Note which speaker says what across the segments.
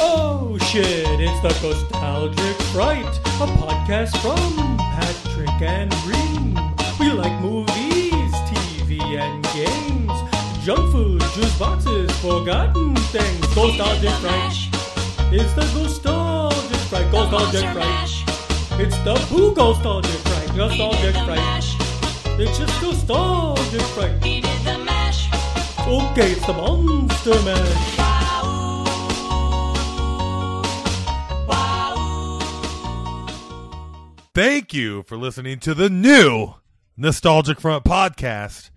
Speaker 1: Oh shit, it's the Nostalgic Fright, a podcast from Patrick and Reem. We like movies, TV, and games, junk food, juice boxes, forgotten things. Nostalgic Fright. It's the Nostalgic Fright, Nostalgic Fright. It's the Boo Nostalgic Fright, Nostalgic Fright. It's just Nostalgic Fright. Okay, it's the Monster Mash.
Speaker 2: Thank you for listening to the new Nostalgic Front podcast.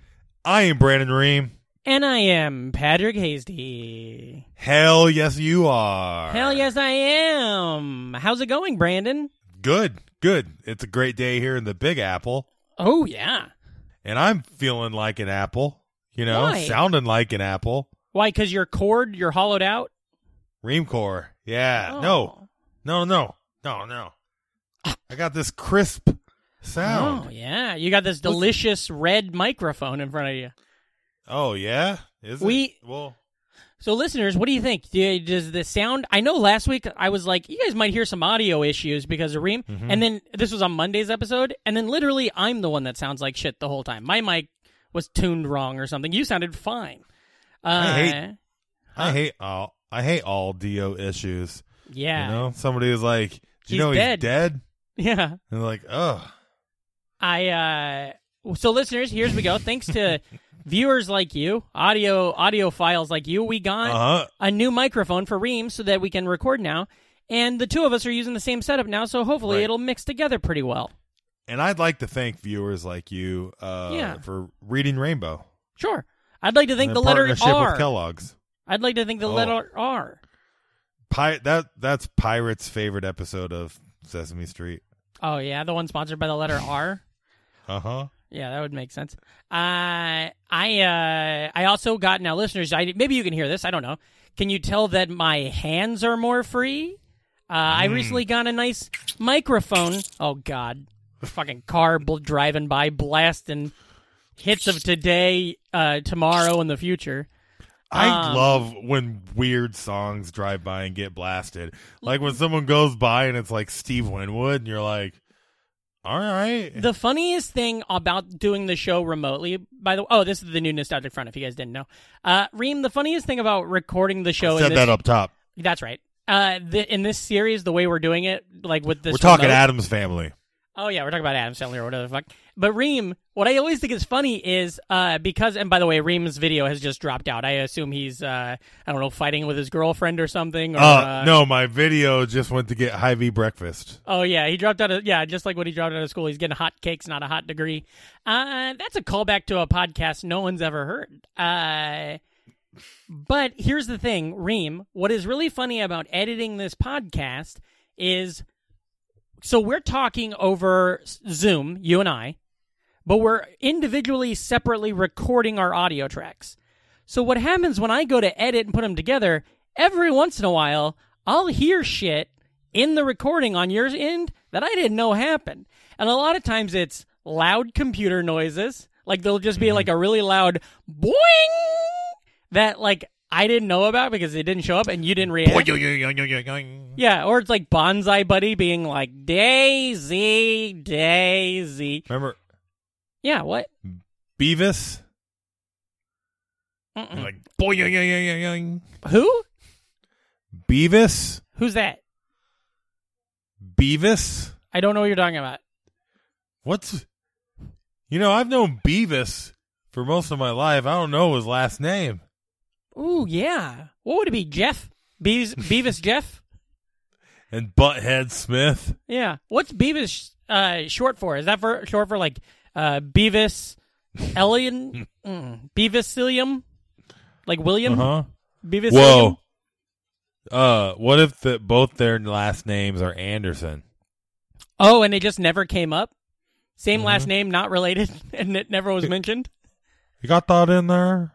Speaker 2: I am Brandon Ream.
Speaker 3: And I am Patrick Hasty.
Speaker 2: Hell yes, you are.
Speaker 3: Hell yes, I am. How's it going, Brandon?
Speaker 2: Good, good. It's a great day here in the Big Apple,
Speaker 3: Oh, yeah.
Speaker 2: and I'm feeling like an apple. You know,
Speaker 3: Why?
Speaker 2: sounding like an apple.
Speaker 3: Why? Because your cord, you're hollowed out?
Speaker 2: Ream core.
Speaker 3: Oh.
Speaker 2: Yeah. No, no, no, no, no. I got this crisp
Speaker 3: Oh,
Speaker 2: sound.
Speaker 3: yeah. You got this delicious red microphone in front of you.
Speaker 2: Oh, yeah. Is
Speaker 3: We-
Speaker 2: it? Well,
Speaker 3: So, listeners, what do you think? Do, does the sound? I know last week I was like, you guys might hear some audio issues because of Reem.
Speaker 2: Mm-hmm.
Speaker 3: And then this was on Monday's episode. And then literally, I'm the one that sounds like shit the whole time. My mic was tuned wrong or something. You sounded fine. Uh,
Speaker 2: I hate- I hate all. I hate all do issues.
Speaker 3: Yeah.
Speaker 2: You know, somebody is like, "Do you
Speaker 3: He's
Speaker 2: know
Speaker 3: dead.
Speaker 2: he's dead?"
Speaker 3: Yeah.
Speaker 2: And they're like, "Oh,
Speaker 3: I uh so listeners, here's we go. Thanks to viewers like you, audio audio files like you, we got
Speaker 2: uh huh."
Speaker 3: a new microphone for Ream so that we can record now. And the two of us are using the same setup now, so hopefully
Speaker 2: Right.
Speaker 3: it'll mix together pretty well.
Speaker 2: And I'd like to thank viewers like you uh,
Speaker 3: Yeah.
Speaker 2: for reading Rainbow.
Speaker 3: Sure. I'd like to think
Speaker 2: and
Speaker 3: the
Speaker 2: their
Speaker 3: letter
Speaker 2: partnership with
Speaker 3: R.
Speaker 2: Kellogg's.
Speaker 3: I'd like to think the
Speaker 2: Oh.
Speaker 3: letter R.
Speaker 2: Pi- that that's Pirate's favorite episode of Sesame Street.
Speaker 3: Oh yeah, the one sponsored by the letter R.
Speaker 2: Uh huh.
Speaker 3: Yeah, that would make sense. Uh, I uh, I also got now, listeners. I maybe you can hear this. I don't know. Can you tell that my hands are more free? Uh, I recently got a nice microphone. Oh God, fucking car bl- driving by, blasting hits of today, uh, tomorrow, and the future.
Speaker 2: I
Speaker 3: Um,
Speaker 2: love when weird songs drive by and get blasted. Like when someone goes by and it's like Steve Winwood, and you're like, "All right."
Speaker 3: The funniest thing about doing the show remotely, by the way, oh, this is the new nostalgic front. If you guys didn't know, uh, Reem, the funniest thing about recording the show in
Speaker 2: Set
Speaker 3: this
Speaker 2: that up top.
Speaker 3: That's right. Uh, th in this series, the way we're doing it, like with this,
Speaker 2: We're talking
Speaker 3: remote-
Speaker 2: Adam's family.
Speaker 3: Oh yeah, we're talking about Adam Sandler or whatever the fuck. But Reem, what I always think is funny is uh, because, and by the way, Reem's video has just dropped out. I assume he's, uh, I don't know, fighting with his girlfriend or something. Or,
Speaker 2: Uh,
Speaker 3: uh,
Speaker 2: no, my video just went to get high V breakfast.
Speaker 3: Oh yeah, he dropped out of yeah, just like when he dropped out of school, he's getting hot cakes, not a hot degree. Uh, that's a callback to a podcast no one's ever heard. Uh, but here's the thing, Reem. What is really funny about editing this podcast is, so we're talking over S- Zoom, you and I, but we're individually, separately recording our audio tracks. So what happens when I go to edit and put them together? Every once in a while, I'll hear shit in the recording on your end that I didn't know happened. And a lot of times it's loud computer noises. Like there'll just be like a really loud boing that like I didn't know about because it didn't show up and you didn't react.
Speaker 2: Yeah.
Speaker 3: Yeah, or it's like Bonsai Buddy being like Daisy, Daisy.
Speaker 2: Remember
Speaker 3: Yeah, what?
Speaker 2: Beavis?
Speaker 3: Mm-mm.
Speaker 2: Like boy, yoing, yoing, yoing, yoing.
Speaker 3: Who?
Speaker 2: Beavis,
Speaker 3: Who's that?
Speaker 2: Beavis.
Speaker 3: I don't know what you're talking about.
Speaker 2: What's you know? I've known Beavis for most of my life. I don't know his last name.
Speaker 3: Ooh, yeah. What would it be? Jeff? Beavis, Beavis Jeff?
Speaker 2: And Butthead Smith.
Speaker 3: Yeah. What's Beavis uh, short for? Is that for short for like uh, Beavis Elian? mm, Beavisilium? Like William?
Speaker 2: Uh huh.
Speaker 3: Beavis
Speaker 2: Whoa. Uh, what if the, both their last names are Anderson?
Speaker 3: Oh, and they just never came up? Same last name, not related, and it never was mentioned?
Speaker 2: You got that in there?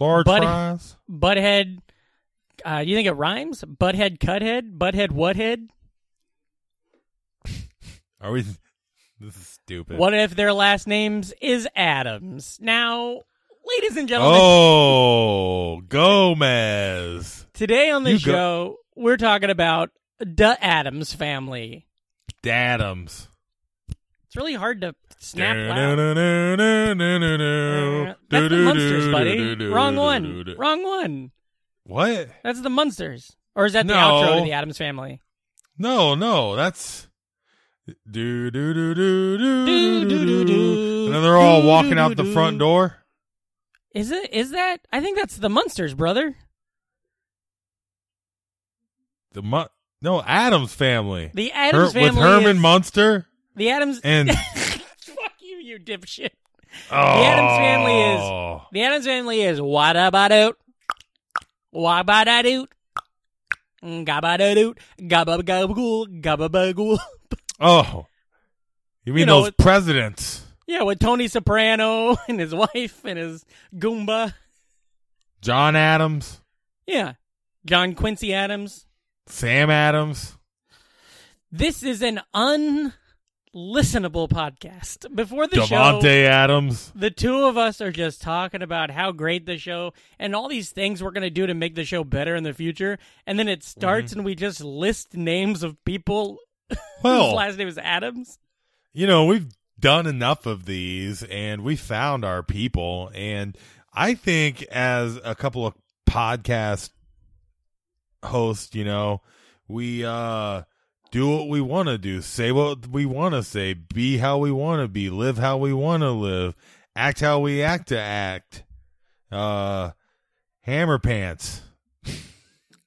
Speaker 2: Large
Speaker 3: Buddy-
Speaker 2: fries.
Speaker 3: Butthead. Uh, you think it rhymes? Butthead, cuthead, butthead, whathead.
Speaker 2: Are we? This is stupid.
Speaker 3: What if their last names is Adams? Now, Ladies and gentlemen,
Speaker 2: Oh, Gomez.
Speaker 3: today on the
Speaker 2: you go-
Speaker 3: show, we're talking about the Adams family.
Speaker 2: Dadams.
Speaker 3: It's really hard to snap loud.
Speaker 2: That's
Speaker 3: That's the Munsters, buddy. Wrong one. Wrong one.
Speaker 2: What?
Speaker 3: That's the Munsters. Or is that the
Speaker 2: No.
Speaker 3: outro to the Adams family?
Speaker 2: No, no, that's. Do, do, do, do, do, do, do, do. And then they're all walking out the front door.
Speaker 3: Is it? Is that? I think that's the Munsters, brother.
Speaker 2: The Mun- No, Adam's family.
Speaker 3: The Adams
Speaker 2: Her- with
Speaker 3: family.
Speaker 2: Herman
Speaker 3: is-
Speaker 2: Munster
Speaker 3: The Adams.
Speaker 2: and.
Speaker 3: Fuck you, you dipshit.
Speaker 2: oh.
Speaker 3: Addams family is- The Adams family is wadabadoot, wabadadoot, gabadadoot, gabagagool, gababagool.
Speaker 2: Oh. You mean
Speaker 3: You know,
Speaker 2: those
Speaker 3: it-
Speaker 2: presidents?
Speaker 3: Yeah, with Tony Soprano and his wife and his Goomba.
Speaker 2: John Adams,
Speaker 3: Yeah, John Quincy Adams.
Speaker 2: Sam Adams.
Speaker 3: This is an unlistenable podcast. Before the
Speaker 2: Devontae
Speaker 3: show,
Speaker 2: Adams.
Speaker 3: the two of us are just talking about how great the show and all these things we're going to do to make the show better in the future. And then it starts and we just list names of people whose
Speaker 2: Well,
Speaker 3: last name is Adams.
Speaker 2: you know, we've done enough of these and we found our people. And I think as a couple of podcast hosts, you know, we uh do what we want to do, say what we want to say, be how we want to be, live how we want to live, act how we act to act. Uh hammer pants.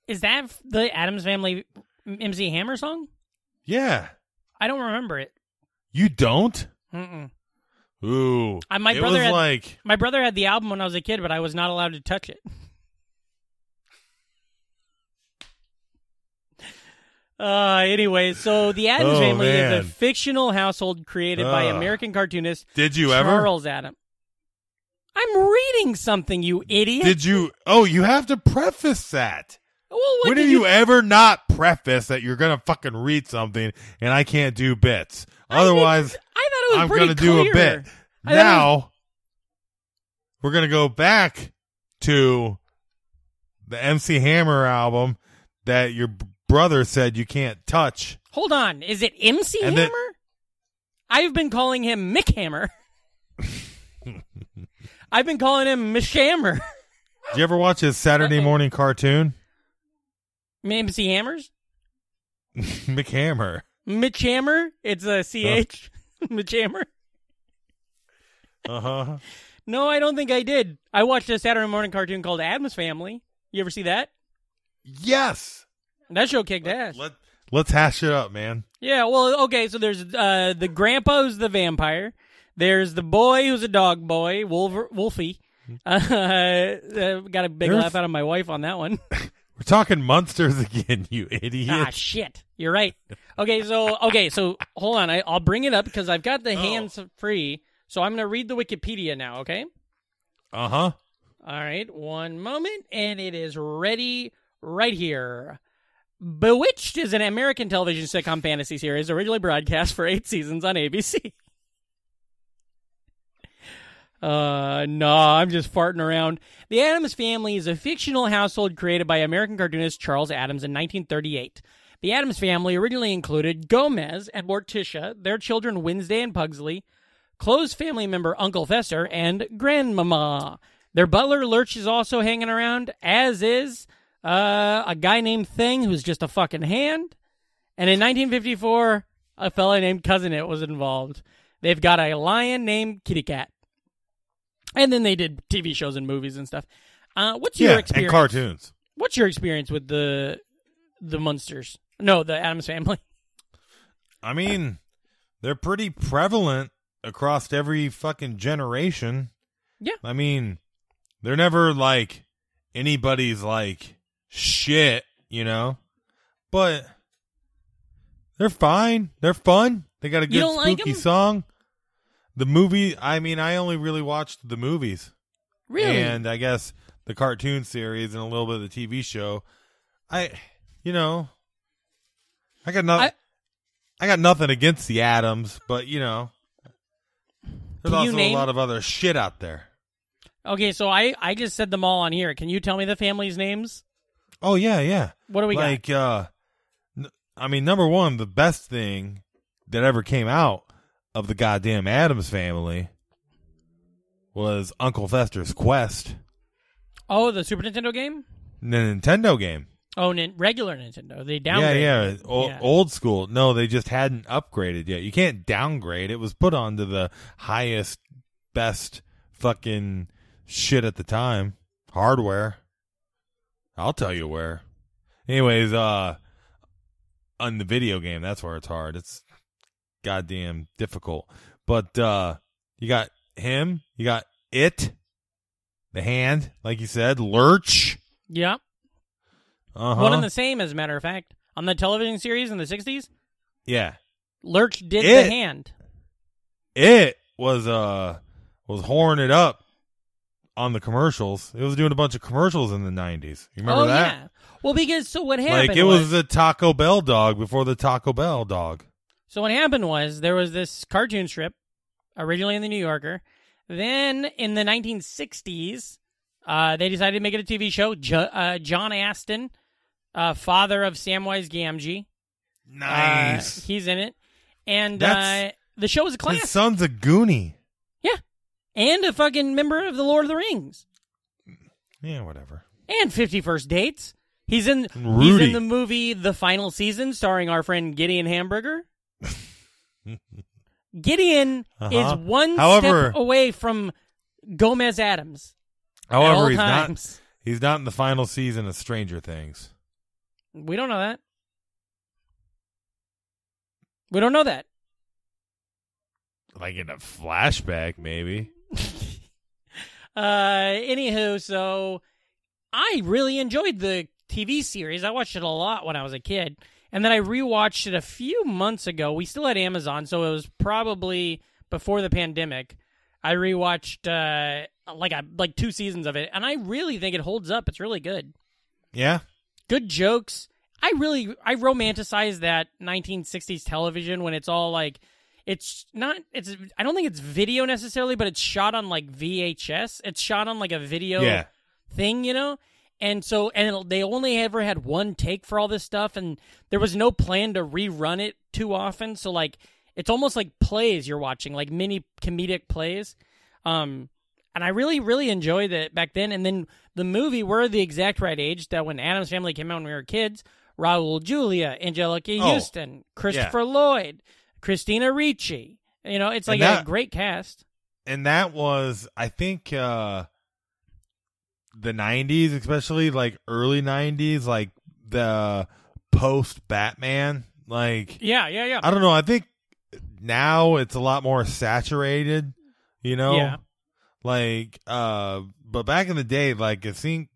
Speaker 3: Is that f- the Adams Family MC Hammer song?
Speaker 2: Yeah.
Speaker 3: I don't remember it.
Speaker 2: You don't?
Speaker 3: Mm-mm.
Speaker 2: Ooh.
Speaker 3: Uh, my
Speaker 2: it
Speaker 3: brother
Speaker 2: was
Speaker 3: had-
Speaker 2: like
Speaker 3: My brother had the album when I was a kid, but I was not allowed to touch it. Uh, anyway, so the Adams
Speaker 2: Oh,
Speaker 3: family
Speaker 2: man.
Speaker 3: is a fictional household created by
Speaker 2: Ugh.
Speaker 3: American cartoonist
Speaker 2: Did you ever?
Speaker 3: Charles Adams. I'm reading something, you idiot.
Speaker 2: Did you Oh, you have to preface that.
Speaker 3: well, what
Speaker 2: when
Speaker 3: did
Speaker 2: have you, ever not preface that you're gonna fucking read something and I can't do bits?
Speaker 3: I didn't-
Speaker 2: Otherwise,
Speaker 3: I thought it was
Speaker 2: I'm
Speaker 3: pretty
Speaker 2: gonna do a
Speaker 3: clear.
Speaker 2: bit.
Speaker 3: I thought it was-
Speaker 2: Now we're gonna go back to the MC Hammer album that your b- brother said you can't touch.
Speaker 3: Hold on, is it MC
Speaker 2: And
Speaker 3: Hammer?
Speaker 2: then-
Speaker 3: I've been calling him Mick Hammer. I've been calling him Mish Hammer.
Speaker 2: Did you ever watch his Saturday morning cartoon?
Speaker 3: MC Hammers?
Speaker 2: Mick Hammer.
Speaker 3: Mitch Hammer. It's a CH. Mitch Hammer.
Speaker 2: Uh huh.
Speaker 3: No, I don't think I did. I watched a Saturday morning cartoon called Adam's Family. You ever see that?
Speaker 2: Yes.
Speaker 3: That show kicked ass.
Speaker 2: Let let's hash it up, man.
Speaker 3: Yeah, well, okay, so there's uh the grandpa who's the vampire. There's the boy who's a dog boy, Wolver- Wolfie. Uh, uh, got a big
Speaker 2: Mm-hmm. There's-
Speaker 3: laugh out of my wife on that one.
Speaker 2: We're talking monsters again, you
Speaker 3: ah,
Speaker 2: idiot.
Speaker 3: shit. You're right. Okay, so okay, so hold on. I, I'll bring it up because I've got the hands free. So I'm gonna read the Wikipedia now. Okay.
Speaker 2: Uh huh.
Speaker 3: All right, one moment, and it is ready right here. Bewitched is an American television sitcom fantasy series originally broadcast for eight seasons on ABC. Uh, nah, I'm just farting around. The Adams Family is a fictional household created by American cartoonist Charles Adams in 1938. The Adams Family originally included Gomez and Morticia, their children Wednesday and Pugsley, close family member Uncle Fester, and Grandmama. Their butler Lurch is also hanging around, as is uh, a guy named Thing, who's just a fucking hand. And in 1954, a fella named Cousin It was involved. They've got a lion named Kitty Cat. And then they did TV shows and movies and stuff. Uh, what's your
Speaker 2: Yeah, and
Speaker 3: experience?
Speaker 2: cartoons.
Speaker 3: What's your experience with the the Munsters? No, the Adams family.
Speaker 2: I mean, they're pretty prevalent across every fucking generation.
Speaker 3: Yeah.
Speaker 2: I mean, they're never like anybody's like shit, you know? But they're fine. They're fun. They got a
Speaker 3: You
Speaker 2: good
Speaker 3: don't like
Speaker 2: spooky
Speaker 3: 'em?
Speaker 2: song. The movie, I mean, I only really watched the movies. and I guess the cartoon series and a little bit of the TV show. I, you know, I got nothing.
Speaker 3: I-
Speaker 2: I, got nothing against the Adams, but you know, there's
Speaker 3: Can you
Speaker 2: also
Speaker 3: name-
Speaker 2: a lot of other shit out there.
Speaker 3: Okay, so I I just said them all on here. Can you tell me the family's names?
Speaker 2: Oh yeah, yeah.
Speaker 3: What do we
Speaker 2: like uh n- I mean number 1, the best thing that ever came out of the goddamn Adams family was Uncle Fester's Quest,
Speaker 3: got? Oh, the Super Nintendo game.
Speaker 2: the Nintendo game.
Speaker 3: Oh, nin- regular Nintendo. They
Speaker 2: Yeah,
Speaker 3: downgraded.
Speaker 2: yeah, o-
Speaker 3: Yeah.
Speaker 2: old school. No, they just hadn't upgraded yet. You can't downgrade. It was put onto the highest, best fucking shit at the time. Hardware. I'll tell you where. Anyways, uh, on the video game, that's where it's hard. It's goddamn difficult. But uh, you got him. You got it. The hand, like you said, lurch.
Speaker 3: yeah.
Speaker 2: Uh-huh.
Speaker 3: One and the same, as a matter of fact. On the television series in the '60s,
Speaker 2: yeah.
Speaker 3: Lurch did
Speaker 2: It-
Speaker 3: the hand.
Speaker 2: it was uh was horning it up on the commercials. It was doing a bunch of commercials in the nineties. You remember
Speaker 3: oh
Speaker 2: that?
Speaker 3: yeah. Well, because so what happened?
Speaker 2: like it was the Taco Bell dog before the Taco Bell dog.
Speaker 3: So what happened was there was this cartoon strip, originally in the New Yorker. Then in the 1960s, uh, they decided to make it a TV show. Jo- uh, John Aston, uh, father of Samwise Gamgee, uh,
Speaker 2: Nice.
Speaker 3: he's in it, and uh,
Speaker 2: That's-
Speaker 3: the show was a classic
Speaker 2: His son's a goonie.
Speaker 3: and a fucking member of the Lord of the Rings
Speaker 2: Yeah, whatever.
Speaker 3: and 51st Dates. He's in he's in
Speaker 2: Rudy.
Speaker 3: the movie The Final Season, starring our friend Gideon Hamburger. Gideon
Speaker 2: Uh-huh.
Speaker 3: is one
Speaker 2: However-
Speaker 3: step away from Gomez Adams. at all
Speaker 2: However, he's not
Speaker 3: times.
Speaker 2: he's not in the final season of Stranger Things.
Speaker 3: We don't know that. We don't know that.
Speaker 2: Like in a flashback, maybe.
Speaker 3: Uh, anywho, so I really enjoyed the TV series. I watched it a lot when I was a kid, and then I rewatched it a few months ago. We still had Amazon, so it was probably before the pandemic. I rewatched uh, like a, like two seasons of it, and I really think it holds up. It's really good.
Speaker 2: Yeah.
Speaker 3: Good jokes. I really I romanticize that 1960s television when it's all like it's not it's I don't think it's video necessarily, but it's shot on like VHS. It's shot on like a video
Speaker 2: Yeah.
Speaker 3: thing, you know? And so, and it'll- they only ever had one take for all this stuff, and there was no plan to rerun it too often. So, like, it's almost like plays you're watching, like mini comedic plays. Um, and I really, really enjoyed it back then. And then the movie, we're the exact right age that when Adam's Family came out when we were kids, Raul Julia, Angelica
Speaker 2: Oh,
Speaker 3: Houston, Christopher Lloyd, Christina Ricci. You know, it's like
Speaker 2: And
Speaker 3: a
Speaker 2: that-
Speaker 3: great cast.
Speaker 2: and that was I think uh the 90s especially like early 90s like the post Batman like
Speaker 3: Yeah, yeah, yeah.
Speaker 2: I don't know I think now it's a lot more saturated you know
Speaker 3: Yeah.
Speaker 2: like uh but back in the day like I think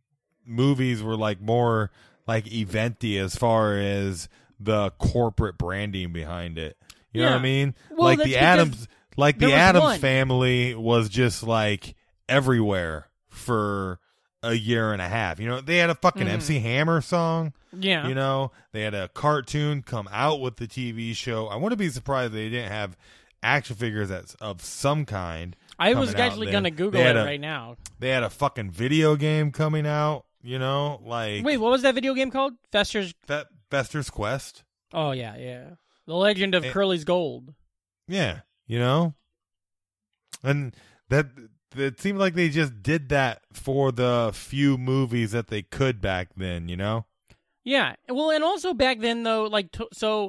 Speaker 2: movies were like more like eventy as far as the corporate branding behind it you know what
Speaker 3: Yeah.
Speaker 2: I mean
Speaker 3: Well,
Speaker 2: like
Speaker 3: that's
Speaker 2: the
Speaker 3: because-
Speaker 2: Adams like
Speaker 3: There
Speaker 2: the
Speaker 3: was
Speaker 2: Adams
Speaker 3: one.
Speaker 2: family was just like everywhere for a year and a half. You know, they had a fucking
Speaker 3: Mhm.
Speaker 2: MC Hammer song.
Speaker 3: yeah.
Speaker 2: You know, they had a cartoon come out with the TV show. I wouldn't be surprised if they didn't have action figures that's of some kind.
Speaker 3: I
Speaker 2: coming
Speaker 3: was
Speaker 2: out
Speaker 3: actually
Speaker 2: then.
Speaker 3: going to Google
Speaker 2: They
Speaker 3: it
Speaker 2: had a-
Speaker 3: right now.
Speaker 2: They had a fucking video game coming out. You know, like
Speaker 3: Wait, what was that video game called? Fester's.
Speaker 2: Fe- Fester's Quest.
Speaker 3: Oh yeah, yeah. The Legend of
Speaker 2: It-
Speaker 3: Curly's Gold.
Speaker 2: Yeah, you know, and that it seemed like they just did that for the few movies that they could back then. You know,
Speaker 3: Yeah. Well, and also back then though, like t- so,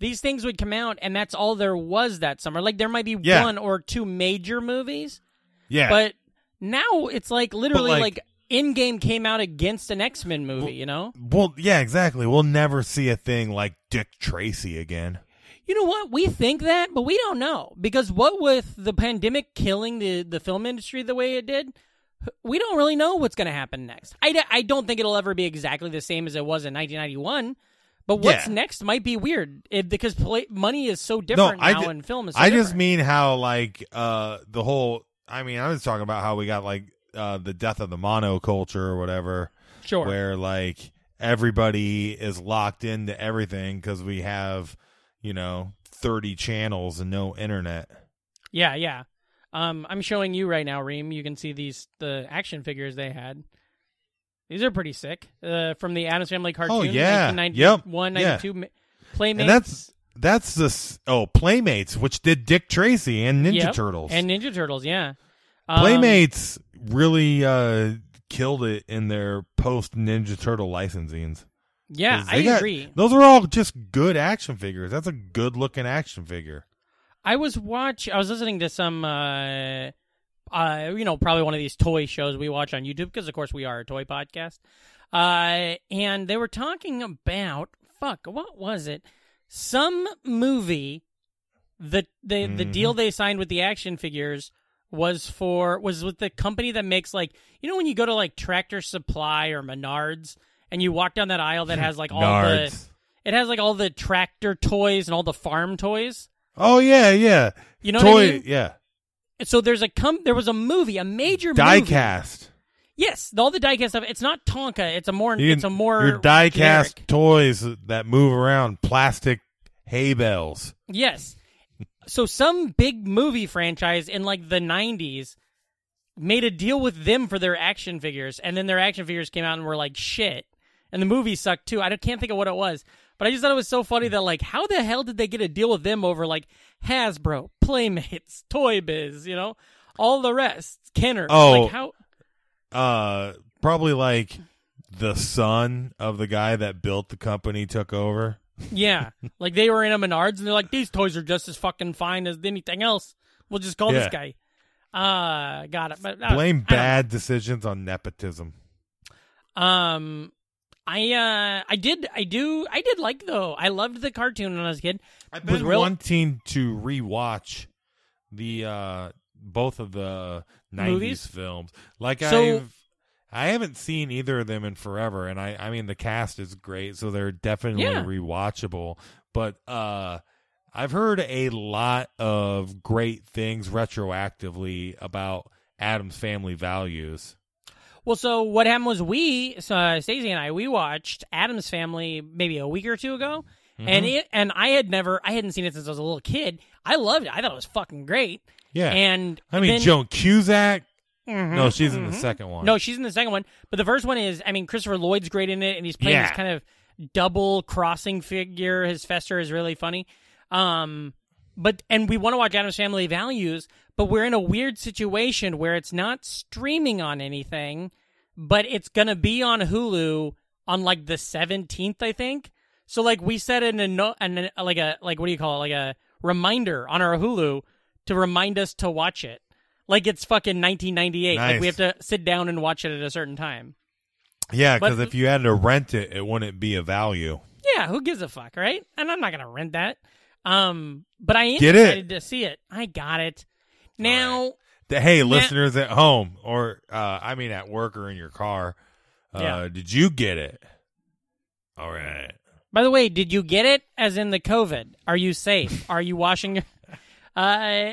Speaker 3: these things would come out, and that's all there was that summer. Like there might be
Speaker 2: Yeah.
Speaker 3: one or two major movies,
Speaker 2: yeah,
Speaker 3: but now it's like literally
Speaker 2: like-
Speaker 3: like, in game came out against an X Men movie. you know.
Speaker 2: well, yeah, exactly. We'll never see a thing like Dick Tracy again.
Speaker 3: You know what? We think that, but we don't know because what with the pandemic killing the the film industry the way it did, we don't really know what's going to happen next. I, d- I don't think it'll ever be exactly the same as it was in 1991. But what's
Speaker 2: Yeah.
Speaker 3: next might be weird it, because pla money is so different
Speaker 2: I
Speaker 3: now,
Speaker 2: ju-
Speaker 3: and film is. So
Speaker 2: I just
Speaker 3: different.
Speaker 2: mean how like uh the whole. I mean, I was talking about how we got like uh the death of the monoculture or whatever.
Speaker 3: sure.
Speaker 2: where like everybody is locked into everything because we have you know 30 channels and no internet
Speaker 3: Yeah, yeah. Um, I'm showing you right now, Reem. You can see these the action figures they had. These are pretty sick. Uh, from the Adams Family cartoon.
Speaker 2: Oh, yeah.
Speaker 3: 1991,
Speaker 2: Yep. Yeah.
Speaker 3: 92, ma- Playmates.
Speaker 2: And that's that's the s- oh Playmates, which did Dick Tracy and Ninja
Speaker 3: Yep.
Speaker 2: Turtles.
Speaker 3: and Ninja Turtles. Yeah. Um,
Speaker 2: Playmates really uh, killed it in their post Ninja Turtle licensings.
Speaker 3: Yeah,
Speaker 2: 'Cause
Speaker 3: I
Speaker 2: they got-
Speaker 3: agree.
Speaker 2: Those are all just good action figures. That's a good looking action figure.
Speaker 3: I was watch. I was listening to some, uh, uh, you know, probably one of these toy shows we watch on YouTube because, of course, we are a toy podcast. Uh, and they were talking about fuck. What was it? Some movie. The the the
Speaker 2: Mhm.
Speaker 3: deal they signed with the action figures was for was with the company that makes like you know when you go to like Tractor Supply or Menards and you walk down that aisle
Speaker 2: Hmm,
Speaker 3: that has like all the
Speaker 2: Nards.
Speaker 3: it has like all the tractor toys and all the farm toys.
Speaker 2: Oh yeah, yeah.
Speaker 3: You know
Speaker 2: Toy
Speaker 3: what I mean?
Speaker 2: yeah.
Speaker 3: so there's a com- there was a movie, a major movie.
Speaker 2: Diecast.
Speaker 3: Yes, all the diecast stuff. It's not Tonka. It's a more.
Speaker 2: You can-
Speaker 3: it's a more
Speaker 2: your diecast
Speaker 3: generic.
Speaker 2: toys that move around plastic hay bales.
Speaker 3: Yes. So some big movie franchise in like the 90s made a deal with them for their action figures and then their action figures came out and were like shit. And the movie sucked too. I don't- can't think of what it was, but I just thought it was so funny that like how the hell did they get a deal with them over like Hasbro, Playmates, Toy Biz, you know, all the rest, Kenner.
Speaker 2: Oh.
Speaker 3: like how
Speaker 2: Uh, probably like the son of the guy that built the company took over.
Speaker 3: Yeah, like they were in a Menards, and they're like, "These toys are just as fucking fine as anything else. We'll just call this guy." Uh, got it. But uh,
Speaker 2: Blame
Speaker 3: I don't-
Speaker 2: bad decisions on nepotism.
Speaker 3: Um, I uh, I did, I do, I did like though. I loved the cartoon when I was a kid.
Speaker 2: I've
Speaker 3: Was
Speaker 2: been
Speaker 3: real-
Speaker 2: wanting to rewatch the uh both of the
Speaker 3: Movies?
Speaker 2: nineties films. Like
Speaker 3: So-
Speaker 2: I've I haven't seen either of them in forever and I I mean the cast is great, so they're definitely
Speaker 3: Yeah.
Speaker 2: rewatchable. But uh I've heard a lot of great things retroactively about Adam's family values.
Speaker 3: Well, so what happened was we, so, uh, Stacey and I, we watched Adam's Family maybe a week or two ago,
Speaker 2: Mm-hmm.
Speaker 3: and it and I had never, I hadn't seen it since I was a little kid. I loved it. I thought it was fucking great.
Speaker 2: Yeah.
Speaker 3: And
Speaker 2: I mean
Speaker 3: then-
Speaker 2: Joan Cusack.
Speaker 3: Mhm.
Speaker 2: No, she's in the second one.
Speaker 3: No, she's in the second one. But the first one is, I mean, Christopher Lloyd's great in it, and he's playing this
Speaker 2: Yeah.
Speaker 3: kind of double crossing figure. His Fester is really funny. Um, but and we want to watch Adam's Family Values, but we're in a weird situation where it's not streaming on anything, but it's gonna be on Hulu on like the seventeenth, I think. So like we set an, an, an like a like what do you call it like a reminder on our Hulu to remind us to watch it. Like it's fucking 1998. Like we have
Speaker 2: Nice.
Speaker 3: to sit down and watch it at a certain time.
Speaker 2: Yeah,
Speaker 3: But-
Speaker 2: because if you had to rent it, it wouldn't be a value.
Speaker 3: Yeah, who gives a fuck, right? And I'm not gonna rent that. Um, but I am
Speaker 2: Get it.
Speaker 3: excited to see it. I got it. Now,
Speaker 2: Th- Hey, listeners at home, or uh, I mean at work or in your car, uh,
Speaker 3: Yeah.
Speaker 2: did you get it? All right.
Speaker 3: by the way, did you get it? As in the COVID? Are you safe? Are you washing? your- Uh,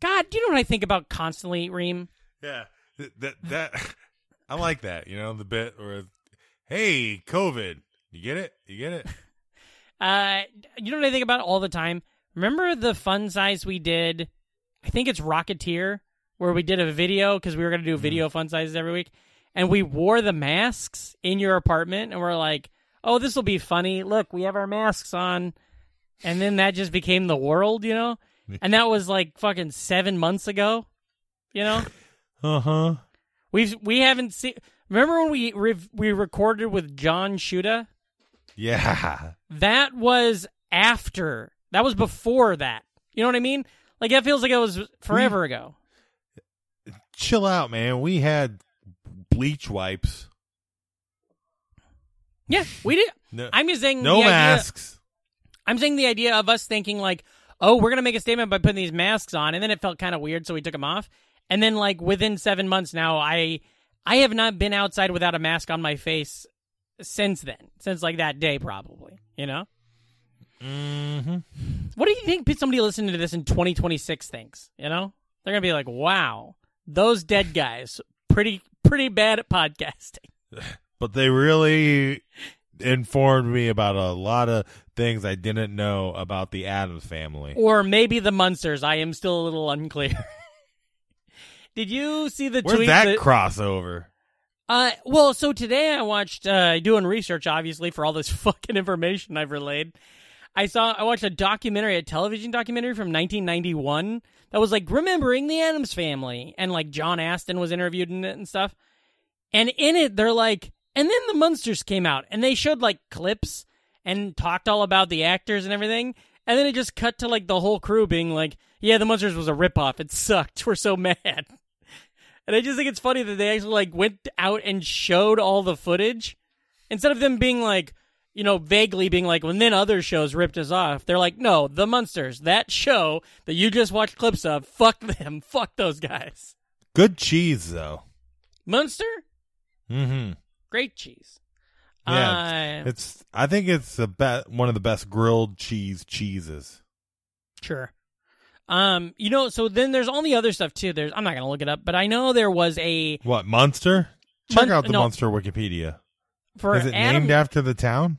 Speaker 3: God, do you know what I think about constantly, Reem?
Speaker 2: Yeah, Th- that that I like that. You know the bit where, hey, COVID, you get it? You get it?
Speaker 3: Uh, you know what I think about all the time? Remember the fun size we did? I think it's Rocketeer, where we did a video because we were going to do video fun sizes every week. And we wore the masks in your apartment and we're like, oh, this will be funny. Look, we have our masks on. And then that just became the world, you know? And that was like fucking seven months ago, you know?
Speaker 2: Uh
Speaker 3: Uh-huh.
Speaker 2: huh.
Speaker 3: We've, we haven't seen. Remember when we, re- we recorded with John Shuda?
Speaker 2: Yeah.
Speaker 3: that was after that was before that you know what i mean like that feels like it
Speaker 2: Hmm.
Speaker 3: was forever ago
Speaker 2: Chill out, man. We had bleach wipes.
Speaker 3: yeah we did
Speaker 2: No,
Speaker 3: i'm just saying
Speaker 2: no
Speaker 3: the idea,
Speaker 2: masks.
Speaker 3: i'm saying the idea of us thinking like oh we're gonna make a statement by putting these masks on and then it felt kind of weird so we took them off and then like within seven months now i i have not been outside without a mask on my face since then since like that day probably you know
Speaker 2: Mm-hmm.
Speaker 3: what do you think somebody listening to this in 2026 thinks? You know, they're gonna be like, "Wow, those dead guys, pretty pretty bad at podcasting."
Speaker 2: but they really informed me about a lot of things I didn't know about the Adams family.
Speaker 3: Or maybe the Munsters. I am still a little unclear. Did you see the
Speaker 2: Where's
Speaker 3: tweet?
Speaker 2: that
Speaker 3: that-
Speaker 2: crossover?
Speaker 3: Uh, well, so today I watched uh, doing research, obviously, for all this fucking information I've relayed. I saw I watched a documentary, a television documentary from 1991 that was like remembering the Adams family, and like John Aston was interviewed in it and stuff. And in it, they're like, and then the Munsters came out, and they showed like clips and talked all about the actors and everything. And then it just cut to like the whole crew being like, "Yeah, the Munsters was a ripoff. It sucked. We're so mad." And I just think it's funny that they actually like went out and showed all the footage instead of them being like, you know, vaguely being like, when then other shows ripped us off. They're like, no, the Munsters, that show that you just watched clips of, fuck them, fuck those guys.
Speaker 2: Good cheese though.
Speaker 3: Munster,
Speaker 2: Mm-hmm.
Speaker 3: great cheese.
Speaker 2: Yeah,
Speaker 3: Uh,
Speaker 2: It's I think it's the best one of the best grilled cheese cheeses.
Speaker 3: Sure. Um, you know, so then there's all the other stuff too. There's I'm not gonna look it up, but I know there was a
Speaker 2: What Munster? Check
Speaker 3: Mun-
Speaker 2: out the
Speaker 3: no.
Speaker 2: Munster Wikipedia.
Speaker 3: for
Speaker 2: Is it
Speaker 3: Adam,
Speaker 2: named after the town?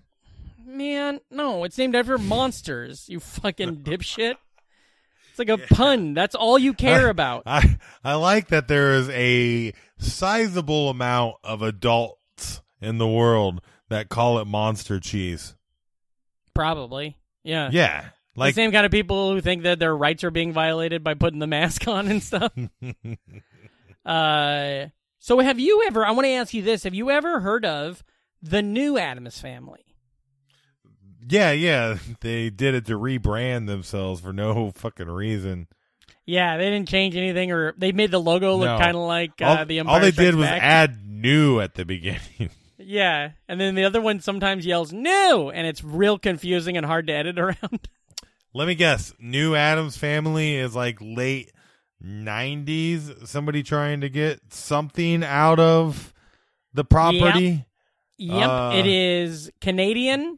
Speaker 3: Man, no, it's named after monsters. You fucking dipshit. It's like a pun. That's all you care about.
Speaker 2: I I like that there is a sizable amount of adults in the world that call it monster cheese.
Speaker 3: Probably. Yeah.
Speaker 2: Yeah. Like
Speaker 3: the same kind of people who think that their rights are being violated by putting the mask on and stuff. uh, so have you ever? I want to ask you this: Have you ever heard of the new Adams family?
Speaker 2: yeah, yeah, they did it to rebrand themselves for no fucking reason.
Speaker 3: Yeah, they didn't change anything, or they made the logo look
Speaker 2: No.
Speaker 3: kind of like uh,
Speaker 2: all,
Speaker 3: the Empire
Speaker 2: all they
Speaker 3: Strikes
Speaker 2: did was
Speaker 3: Back.
Speaker 2: add new at the beginning.
Speaker 3: Yeah, and then the other one sometimes yells "no," and it's real confusing and hard to edit around.
Speaker 2: Let me guess. New Adams Family is like late 90s. Somebody trying to get something out of the property.
Speaker 3: Yep,
Speaker 2: Uh.
Speaker 3: it is Canadian,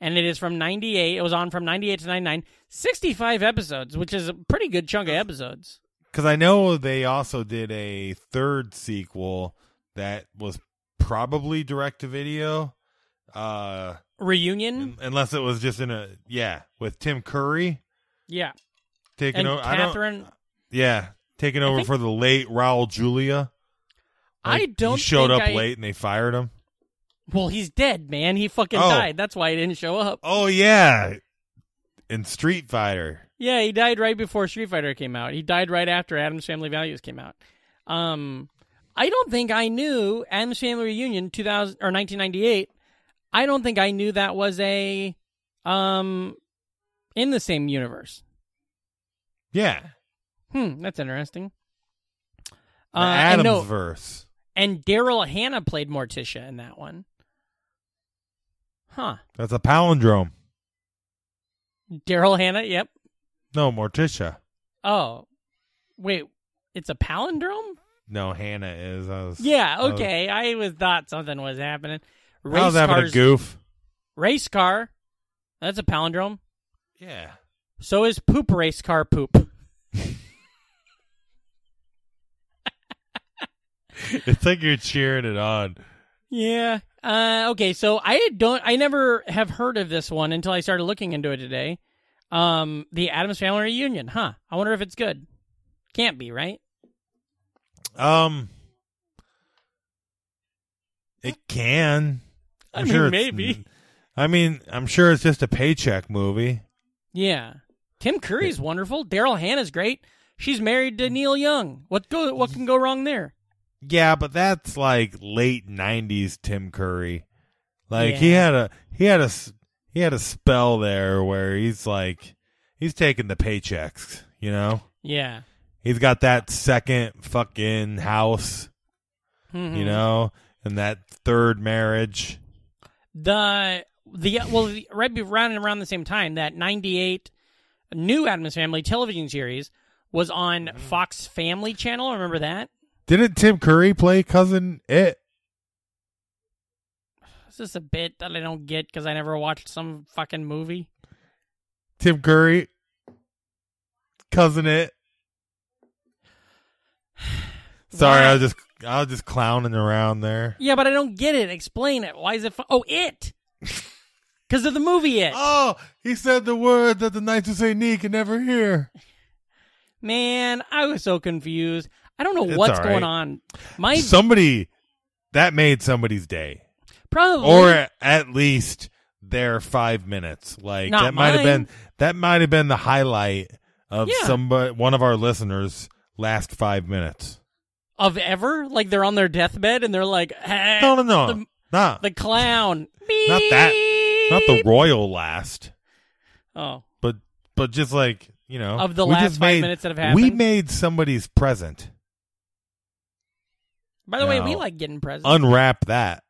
Speaker 3: and it is from '98. It was on from '98 to '99, 65 episodes, which is a pretty good chunk of episodes.
Speaker 2: Because I know they also did a third sequel that was probably direct to video. Uh,
Speaker 3: Reunion,
Speaker 2: un- unless it was just in a, yeah, with Tim Curry
Speaker 3: yeah,
Speaker 2: taking
Speaker 3: and
Speaker 2: over. I
Speaker 3: Catherine.
Speaker 2: don't, yeah, taking over
Speaker 3: think-
Speaker 2: for the late Raul Julia.
Speaker 3: I
Speaker 2: Like,
Speaker 3: don't
Speaker 2: He showed
Speaker 3: think
Speaker 2: up
Speaker 3: I-
Speaker 2: late and they fired him.
Speaker 3: Well, he's dead, man. He fucking
Speaker 2: Oh.
Speaker 3: died. That's why he didn't show up.
Speaker 2: Oh yeah, in Street Fighter.
Speaker 3: Yeah, he died right before Street Fighter came out. He died right after Adam's Family Values came out. Um, I don't think I knew Adam's Family Reunion 2000 or 1998. I don't think I knew that was a um in the same universe.
Speaker 2: Yeah,
Speaker 3: Hmm, that's interesting.
Speaker 2: the
Speaker 3: Uh, and
Speaker 2: Adams
Speaker 3: no-
Speaker 2: verse.
Speaker 3: and Daryl Hannah played Morticia in that one. Huh.
Speaker 2: That's a palindrome.
Speaker 3: Daryl Hannah, yep.
Speaker 2: No, Morticia.
Speaker 3: Oh. Wait, it's a palindrome?
Speaker 2: No, Hannah is. I was,
Speaker 3: Yeah,
Speaker 2: I was-
Speaker 3: okay. I was thought something was happening.
Speaker 2: I
Speaker 3: Race
Speaker 2: was having
Speaker 3: cars,
Speaker 2: a goof.
Speaker 3: race car. That's a palindrome.
Speaker 2: Yeah.
Speaker 3: So is poop race car poop.
Speaker 2: It's like you're cheering it on.
Speaker 3: Yeah. Uh, okay. So I don't. I never have heard of this one until I started looking into it today. Um, the Adams Family reunion. Huh. I wonder if it's good. Can't be right.
Speaker 2: Um, it can.
Speaker 3: I
Speaker 2: I'm
Speaker 3: mean,
Speaker 2: sure it's-
Speaker 3: maybe.
Speaker 2: I mean, I'm sure it's just a paycheck movie.
Speaker 3: Yeah. Tim Curry's wonderful. Daryl Hannah's great. She's married to Neil Young. What go? What can go wrong there?
Speaker 2: Yeah, but that's like late '90s Tim Curry. Like he
Speaker 3: Yeah.
Speaker 2: had a he had a s- he had a spell there where he's like he's taking the paychecks. You know,
Speaker 3: Yeah.
Speaker 2: he's got that second fucking house.
Speaker 3: Mhm.
Speaker 2: You know, and that third marriage.
Speaker 3: the the well the- right be- around and around the same time that 98 new adams family television series was on
Speaker 2: Mm-hmm.
Speaker 3: fox family channel remember that
Speaker 2: Didn't Tim Curry play cousin it?
Speaker 3: it's just a bit that i don't get because i never watched some fucking movie
Speaker 2: Tim Curry, cousin it. Sorry, I was just I was just clowning around there.
Speaker 3: yeah but i don't get it explain it why is it fu- oh it because of the movie it
Speaker 2: Oh, he said the word that the knights of Saint Knee can never hear.
Speaker 3: man i was so confused I don't know
Speaker 2: It's
Speaker 3: what's
Speaker 2: all
Speaker 3: going
Speaker 2: right.
Speaker 3: on. My
Speaker 2: Somebody that made somebody's day,
Speaker 3: probably
Speaker 2: or at least their five minutes. Like
Speaker 3: Not
Speaker 2: that might have been
Speaker 3: mine.
Speaker 2: that might have been the highlight of
Speaker 3: Yeah.
Speaker 2: somebody one of our listeners' last five minutes.
Speaker 3: of ever. Like they're on their deathbed and they're like, "Eh,
Speaker 2: No, no, no,
Speaker 3: The,
Speaker 2: not
Speaker 3: the clown.
Speaker 2: Not that. not the
Speaker 3: Beep.
Speaker 2: royal last,
Speaker 3: Oh,
Speaker 2: but but just like you know
Speaker 3: Of the
Speaker 2: we
Speaker 3: last
Speaker 2: just
Speaker 3: five
Speaker 2: made-
Speaker 3: minutes that have
Speaker 2: We
Speaker 3: happened.
Speaker 2: made somebody's present.
Speaker 3: by the way, we
Speaker 2: No.
Speaker 3: like getting presents.
Speaker 2: Unwrap that.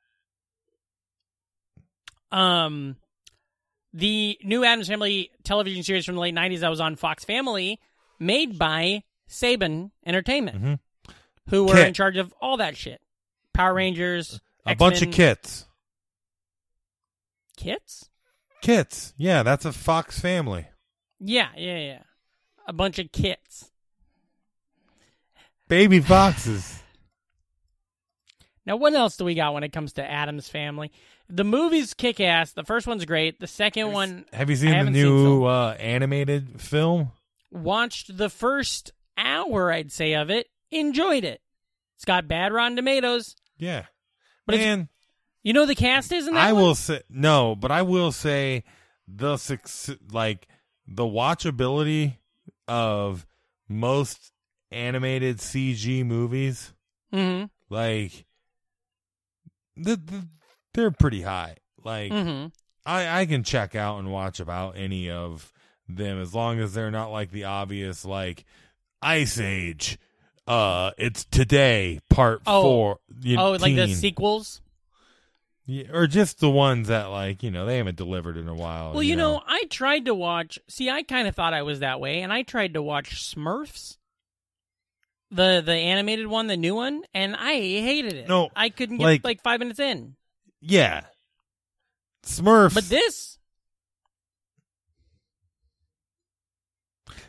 Speaker 3: um the new Adams Family television series from the late nineties that was on Fox Family, made by Saban Entertainment,
Speaker 2: Mhm.
Speaker 3: who were
Speaker 2: Kit. Mm.
Speaker 3: in charge of all that shit. Power Rangers,
Speaker 2: A bunch of
Speaker 3: X-Men,
Speaker 2: kits.
Speaker 3: kits.
Speaker 2: Kits. Yeah, that's a Fox family.
Speaker 3: Yeah, yeah, yeah. A bunch of kits.
Speaker 2: Baby foxes.
Speaker 3: Now, what else do we got when it comes to Adams Family? The movies kick ass. The first one's great. The second one
Speaker 2: Have you
Speaker 3: I
Speaker 2: seen the
Speaker 3: haven't seen
Speaker 2: new
Speaker 3: film.
Speaker 2: uh, animated film?
Speaker 3: watched the first hour, I'd say, of it. Enjoyed it. It's got bad Rotten Tomatoes.
Speaker 2: Yeah.
Speaker 3: But it's-
Speaker 2: Man,
Speaker 3: You know who the cast is in that
Speaker 2: I
Speaker 3: one?
Speaker 2: will say no, but I will say the suc- like the watchability of most animated CG movies,
Speaker 3: Mhm.
Speaker 2: like the, the, they're pretty high. Like
Speaker 3: Mhm.
Speaker 2: I, I can check out and watch about any of them as long as they're not like the obvious like Ice Age. Uh, it's today part
Speaker 3: Oh.
Speaker 2: four. You
Speaker 3: Oh, like the
Speaker 2: teen.
Speaker 3: sequels.
Speaker 2: Yeah, or just the ones that like you know they haven't delivered in a while.
Speaker 3: Well, you know, I tried to watch. See, I kind of thought I was that way, and I tried to watch Smurfs, the the animated one, the new one, and I hated it.
Speaker 2: No,
Speaker 3: I couldn't get like,
Speaker 2: like-
Speaker 3: five minutes in.
Speaker 2: yeah, Smurfs.
Speaker 3: But this,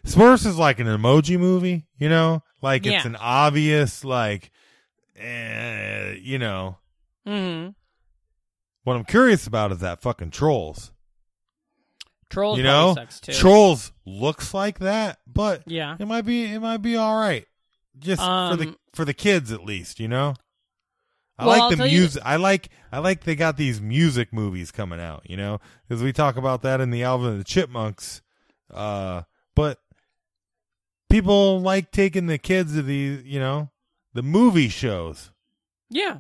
Speaker 2: Smurfs is like an emoji movie. You know, like
Speaker 3: Yeah.
Speaker 2: it's an obvious like, eh, you know.
Speaker 3: mhm.
Speaker 2: What I'm curious about is that fucking trolls.
Speaker 3: Trolls
Speaker 2: you
Speaker 3: probably
Speaker 2: know,
Speaker 3: sucks too.
Speaker 2: trolls looks like that, but
Speaker 3: Yeah.
Speaker 2: it might be it might be all right, just for the
Speaker 3: Um,
Speaker 2: for the kids at least. You know, I
Speaker 3: Well, I'll
Speaker 2: like the
Speaker 3: tell you-
Speaker 2: music. I like I like they got these music movies coming out. You know, because we talk about that in the Alvin and the Chipmunks, uh, but people like taking the kids to these. You know, the movie shows.
Speaker 3: yeah,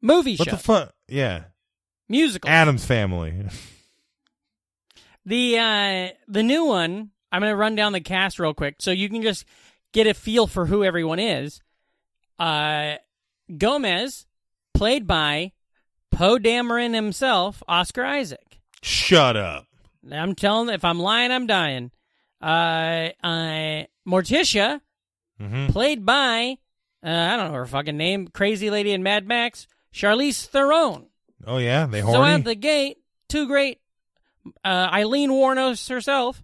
Speaker 3: movie
Speaker 2: What
Speaker 3: show,
Speaker 2: the fuck? Yeah,
Speaker 3: musical.
Speaker 2: Adam's Family.
Speaker 3: The uh the new one, I'm gonna run down the cast real quick so you can just get a feel for who everyone is. Uh Gomez, played by Poe Dameron himself, Oscar Isaac.
Speaker 2: Shut up.
Speaker 3: I'm telling if I'm lying, I'm dying. Uh uh Morticia,
Speaker 2: hmm
Speaker 3: played by uh, I don't know her fucking name, crazy lady in Mad Max, Charlize Theron.
Speaker 2: Oh yeah, they
Speaker 3: So
Speaker 2: horny.
Speaker 3: out the gate, two great uh Eileen Warnos herself.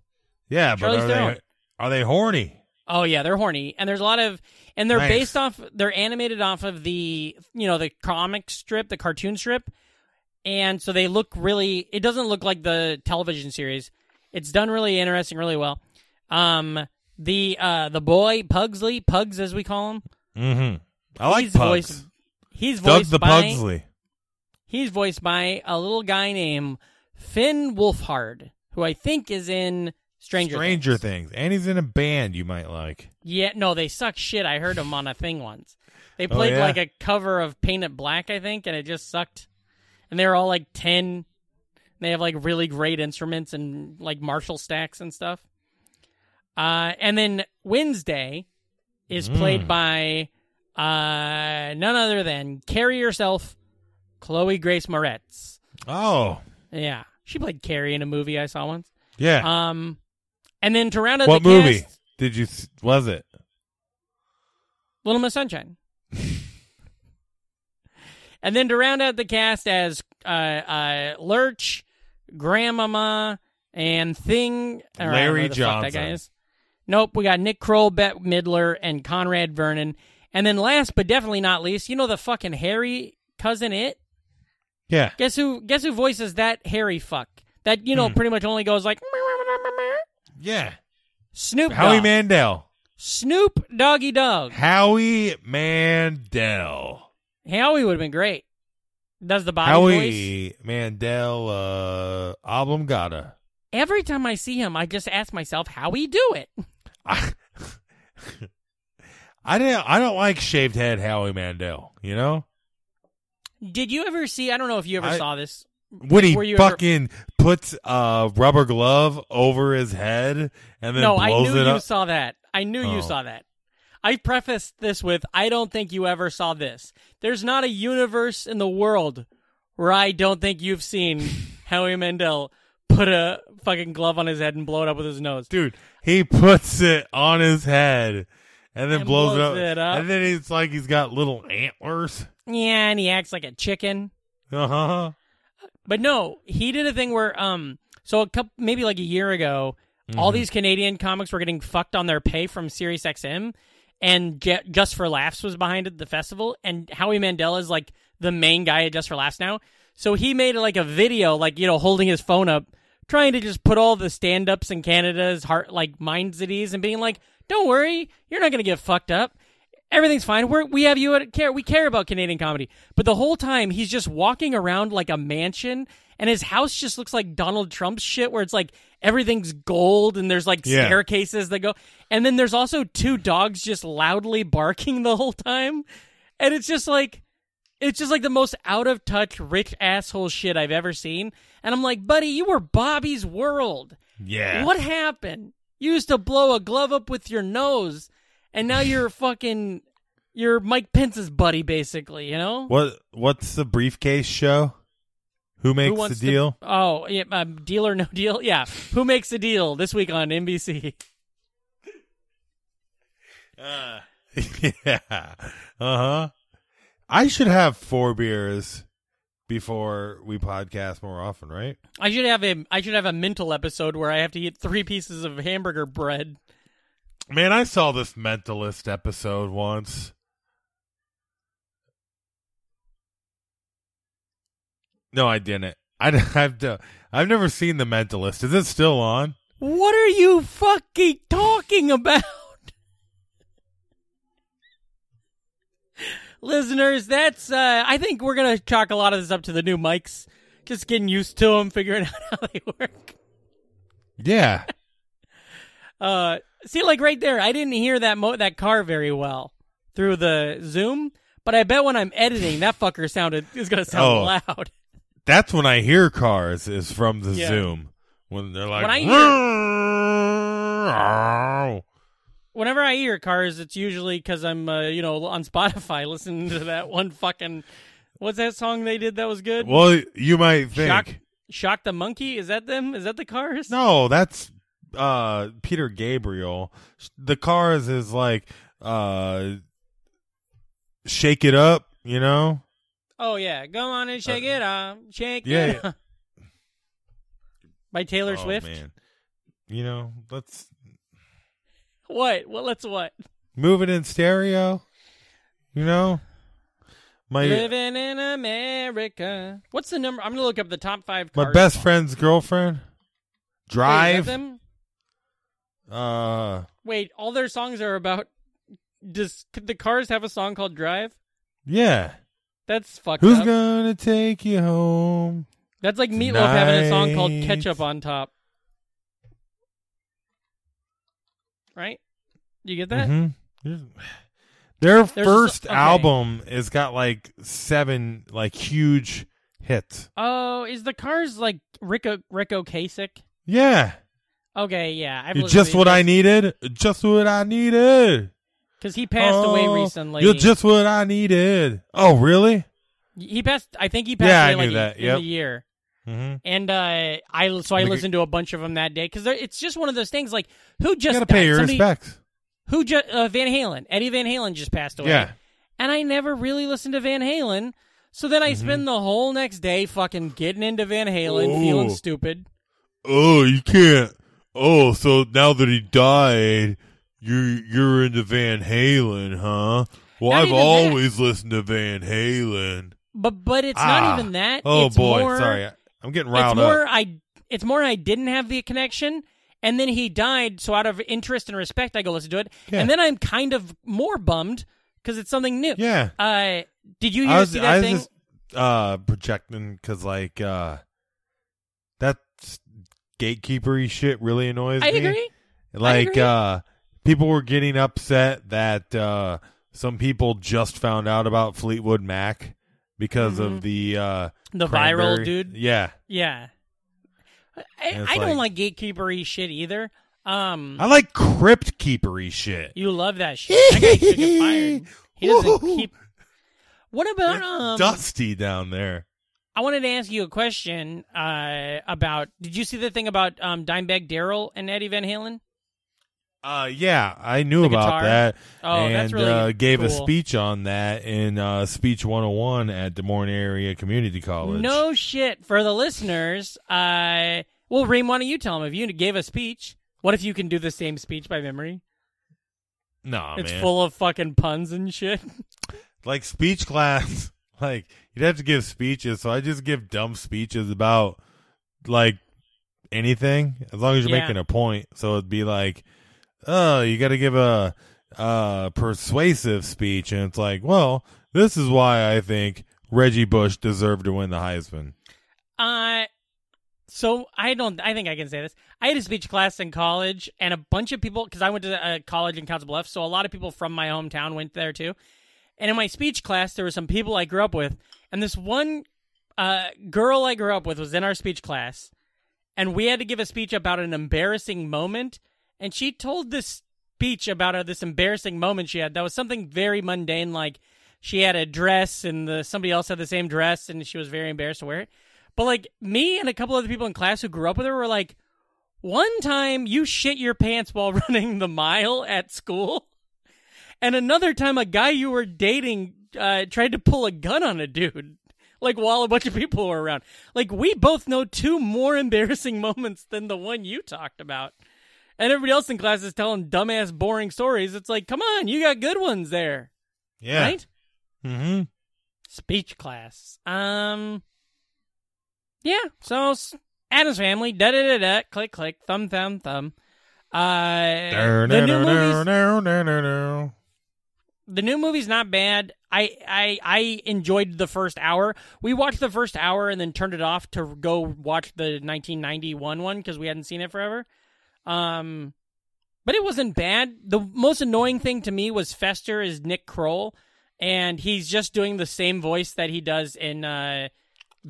Speaker 2: yeah, but
Speaker 3: Charlize
Speaker 2: are
Speaker 3: Theron.
Speaker 2: they, are they horny?
Speaker 3: Oh yeah, they're horny, and there's a lot of, and they're
Speaker 2: Nice.
Speaker 3: based off, they're animated off of the, you know, the comic strip, the cartoon strip, and so they look really. It doesn't look like the television series. It's done really interesting, really well. Um, the uh, the boy Pugsley, Pugs as we call him,
Speaker 2: Mm-hmm. I like
Speaker 3: he's
Speaker 2: Pugs.
Speaker 3: voiced, he's
Speaker 2: Doug
Speaker 3: voiced
Speaker 2: the
Speaker 3: by,
Speaker 2: Pugsley.
Speaker 3: he's voiced by a little guy named Finn Wolfhard, who I think is in Stranger Things.
Speaker 2: Things. And he's in a band you might like.
Speaker 3: Yeah, no, they suck shit. I heard them on a thing once. They
Speaker 2: Oh,
Speaker 3: played
Speaker 2: yeah?
Speaker 3: like a cover of Paint It Black, I think, and it just sucked. And they were all like 10. and They have like really great instruments and like Marshall stacks and stuff. Uh, and then Wednesday is played
Speaker 2: Mm.
Speaker 3: by uh, none other than Carrie herself, Chloe Grace Moretz.
Speaker 2: Oh.
Speaker 3: Yeah, she played Carrie in a movie I saw once.
Speaker 2: Yeah.
Speaker 3: Um, and then to round out
Speaker 2: what
Speaker 3: the
Speaker 2: movie
Speaker 3: cast,
Speaker 2: did you s- was it?
Speaker 3: Little Miss Sunshine. and then to round out the cast as uh, uh, Lurch, Grandmama, and Thing. or I don't know
Speaker 2: Larry
Speaker 3: who the fuck That
Speaker 2: Johnson.
Speaker 3: guy is. Nope, we got Nick Kroll, Bette Midler, and Conrad Vernon. And then last but definitely not least, you know the fucking Harry cousin it?
Speaker 2: Yeah.
Speaker 3: Guess who guess who voices that Harry fuck? That
Speaker 2: Hmm.
Speaker 3: you know pretty much only goes like "Meow, meow, meow, meow, meow."
Speaker 2: Yeah.
Speaker 3: Snoop
Speaker 2: Howie
Speaker 3: Dogg.
Speaker 2: Mandel.
Speaker 3: Snoop Doggy Dog.
Speaker 2: Howie Mandel.
Speaker 3: Howie would have been great. Does the body voice?
Speaker 2: Howie Mandel uh, Oblongata.
Speaker 3: Every time I see him, I just ask myself how he do it.
Speaker 2: I, I didn't. I don't like shaved head Howie Mandel. You know
Speaker 3: Did you ever see? I don't know if you ever
Speaker 2: I-
Speaker 3: saw this.
Speaker 2: when
Speaker 3: Were
Speaker 2: he
Speaker 3: you ever-
Speaker 2: fucking puts a rubber glove over his head and then
Speaker 3: No, I
Speaker 2: blows
Speaker 3: knew
Speaker 2: it
Speaker 3: you
Speaker 2: up.
Speaker 3: saw that. I knew
Speaker 2: Oh.
Speaker 3: you saw that. I prefaced this with I don't think you ever saw this. There's not a universe in the world where I don't think you've seen Howie Mandel put a fucking glove on his head and blow it up with his nose.
Speaker 2: Dude, he puts it on his head and then
Speaker 3: And
Speaker 2: blows,
Speaker 3: blows
Speaker 2: it, up.
Speaker 3: it up.
Speaker 2: And then it's like he's got little antlers.
Speaker 3: Yeah, and he acts like a chicken.
Speaker 2: Uh huh.
Speaker 3: But no, he did a thing where um so a couple maybe like a year ago, all these Canadian comics were getting fucked on their pay from SiriusXM and Je- Just for Laughs was behind it, the festival and Howie Mandel is like the main guy at Just for Laughs now. So he made like a video like you know holding his phone up trying to just put all the stand-ups in Canada's heart like minds at ease and being like, "Don't worry, you're not going to get fucked up." everything's fine. We're, we have you at care. We care about Canadian comedy. But the whole time, he's just walking around like a mansion, and his house just looks like Donald Trump's shit, where it's like everything's gold and there's like
Speaker 2: Yeah.
Speaker 3: staircases that go. And then there's also two dogs just loudly barking the whole time. And it's just like, it's just like the most out of touch, rich asshole shit I've ever seen. And I'm like, buddy, you were Bobby's world.
Speaker 2: Yeah.
Speaker 3: What happened? You used to blow a glove up with your nose, and now you're fucking you're Mike Pence's buddy, basically. You know
Speaker 2: What? What's the briefcase show? Who makes
Speaker 3: wants
Speaker 2: the
Speaker 3: to-
Speaker 2: deal?
Speaker 3: Oh, yeah, um, deal or no deal? Yeah. Who makes the deal this week on NBC?
Speaker 2: yeah. Uh huh. I should have four beers before we podcast more often, right?
Speaker 3: I should have a I should have a mental episode where I have to eat three pieces of hamburger bread.
Speaker 2: Man, I saw this mentalist episode once. No, I didn't. I, have to, I've never seen the mentalist. Is it still on?
Speaker 3: What are you fucking talking about? Listeners, that's uh I think we're going to chalk a lot of this up to the new mics. Just getting used to them, figuring out how they work.
Speaker 2: Yeah.
Speaker 3: Uh see like right there, I didn't hear that mo- that car very well through the Zoom, but I bet when I'm editing that fucker sounded is going to sound
Speaker 2: Oh.
Speaker 3: loud.
Speaker 2: That's when I hear cars is from the
Speaker 3: Yeah.
Speaker 2: Zoom. When they're like
Speaker 3: When I
Speaker 2: "Roar."
Speaker 3: Whenever I hear cars, it's usually cuz I'm uh, you know on Spotify listening to that one fucking What's that song they did that was good?
Speaker 2: Well, you might think
Speaker 3: Shock, Shock the Monkey? Is that them? Is that the cars?
Speaker 2: No, that's uh Peter Gabriel. The Cars is like uh Shake It Up, you know?
Speaker 3: Oh yeah, go on and shake it up, shake
Speaker 2: Uh, yeah,
Speaker 3: it up. By Taylor
Speaker 2: Oh,
Speaker 3: Swift.
Speaker 2: man. You know, let's
Speaker 3: What? Well, let's what?
Speaker 2: move it in stereo. You know? My
Speaker 3: Living in America. What's the number? I'm gonna look up the top five.
Speaker 2: my
Speaker 3: Cars
Speaker 2: best
Speaker 3: songs.
Speaker 2: friend's girlfriend
Speaker 3: Wait, is that
Speaker 2: Drive
Speaker 3: them?
Speaker 2: uh
Speaker 3: Wait, all their songs are about. Does could the Cars have a song called Drive?
Speaker 2: yeah.
Speaker 3: That's fucked
Speaker 2: Who's
Speaker 3: up.
Speaker 2: gonna take you home?
Speaker 3: That's like Meatloaf having a song called
Speaker 2: Tonight.
Speaker 3: Ketchup on Top. Right? You get that?
Speaker 2: Mhm. Their
Speaker 3: There's
Speaker 2: first
Speaker 3: so- okay.
Speaker 2: album has got like seven like huge hits.
Speaker 3: Oh, is the cars like Rico Rico Kasich?
Speaker 2: Yeah,
Speaker 3: Okay, yeah, I've
Speaker 2: you're just what I needed. Just what I needed.
Speaker 3: because he passed away
Speaker 2: Oh,
Speaker 3: recently.
Speaker 2: You're just what I needed. Oh, really?
Speaker 3: he passed. I think he passed
Speaker 2: Yeah, I
Speaker 3: away like
Speaker 2: knew
Speaker 3: a-
Speaker 2: that,
Speaker 3: in
Speaker 2: yep.
Speaker 3: the year.
Speaker 2: Mm-hmm.
Speaker 3: And uh, I so I
Speaker 2: Like-
Speaker 3: listened to a bunch of them that day because it's just one of those things like who
Speaker 2: You
Speaker 3: just
Speaker 2: gotta pay
Speaker 3: died?
Speaker 2: your
Speaker 3: Somebody-
Speaker 2: respects.
Speaker 3: Who just uh, Van Halen? Eddie Van Halen just passed away.
Speaker 2: Yeah.
Speaker 3: and I never really listened to Van Halen. So then I
Speaker 2: Mm-hmm.
Speaker 3: spend the whole next day fucking getting into Van Halen, feeling
Speaker 2: Ooh.
Speaker 3: stupid.
Speaker 2: Oh, you can't. Oh, so now that he died, you you're into Van Halen, huh? Well,
Speaker 3: Not I've even that. always
Speaker 2: listened to Van Halen.
Speaker 3: But but it's
Speaker 2: Ah.
Speaker 3: not even that.
Speaker 2: Oh
Speaker 3: It's
Speaker 2: boy,
Speaker 3: more-
Speaker 2: sorry, I- I'm getting riled
Speaker 3: it's more
Speaker 2: up.
Speaker 3: I it's more I didn't have the connection And then he died. So out of interest and respect, I go, let's do it.
Speaker 2: Yeah.
Speaker 3: And then I'm kind of more bummed because it's something new.
Speaker 2: Yeah.
Speaker 3: Uh, did
Speaker 2: I
Speaker 3: you hear,
Speaker 2: was,
Speaker 3: see
Speaker 2: I
Speaker 3: that
Speaker 2: was
Speaker 3: thing?
Speaker 2: just uh, projecting because, like, uh, that gatekeepery shit really annoys
Speaker 3: I
Speaker 2: me.
Speaker 3: agree.
Speaker 2: Like,
Speaker 3: agree.
Speaker 2: uh, people were getting upset that uh, some people just found out about Fleetwood Mac because
Speaker 3: Mhm.
Speaker 2: of the uh,
Speaker 3: The viral
Speaker 2: cranberry-
Speaker 3: dude.
Speaker 2: Yeah,
Speaker 3: Yeah. I,
Speaker 2: And it's
Speaker 3: I don't like
Speaker 2: like-
Speaker 3: gatekeepery shit either. Um,
Speaker 2: I like crypt keepery shit.
Speaker 3: you love that shit. That guy should get fired. He doesn't
Speaker 2: Woo-hoo.
Speaker 3: keep. What about
Speaker 2: It's
Speaker 3: um?
Speaker 2: dusty down there.
Speaker 3: I wanted to ask you a question uh, about. Did you see the thing about um, Dimebag Daryl and Eddie Van Halen?
Speaker 2: Uh, yeah, I knew
Speaker 3: The
Speaker 2: about
Speaker 3: guitar?
Speaker 2: that.
Speaker 3: Oh,
Speaker 2: and
Speaker 3: that's really
Speaker 2: uh, gave a
Speaker 3: cool.
Speaker 2: speech on that in uh, Speech 101 at Des Moines Area Community College.
Speaker 3: No shit for the listeners. Uh, well, Reem, why don't you tell them if you gave a speech? What if you can do the same speech by memory?
Speaker 2: Nah,
Speaker 3: it's
Speaker 2: man.
Speaker 3: full of fucking puns and shit.
Speaker 2: like speech class. Like you'd have to give speeches, so I just give dumb speeches about like anything as long as you're
Speaker 3: Yeah.
Speaker 2: making a point. So it'd be like, oh, you got to give a uh persuasive speech, and it's like, well, this is why I think Reggie Bush deserved to win the Heisman.
Speaker 3: Uh, so I don't. I think I can say this. I had a speech class in college, and a bunch of people because I went to a college in Council Bluffs, so a lot of people from my hometown went there too. And in my speech class, there were some people I grew up with, and this one uh, girl I grew up with was in our speech class, and we had to give a speech about an embarrassing moment, and she told this speech about uh, this embarrassing moment she had that was something very mundane, like she had a dress and the somebody else had the same dress, and she was very embarrassed to wear it. But like me and a couple other people in class who grew up with her were like, one time you shit your pants while running the mile at school, and another time a guy you were dating uh, tried to pull a gun on a dude. Like while a bunch of people were around, like we both know two more embarrassing moments than the one you talked about, and everybody else in class is telling dumbass, boring stories. It's like, come on, you got good ones there,
Speaker 2: Yeah.
Speaker 3: right?
Speaker 2: Mm-hmm.
Speaker 3: speech class. Um, yeah. So s- Adam's Family, da da da da, click click, thumb thumb thumb. Uh, the new movie's, the new movie's not bad. I, I I enjoyed the first hour. We watched the first hour and then turned it off to go watch the 1991 one because we hadn't seen it forever. Um, but it wasn't bad. The most annoying thing to me was Fester is Nick Kroll, and he's just doing the same voice that he does in uh,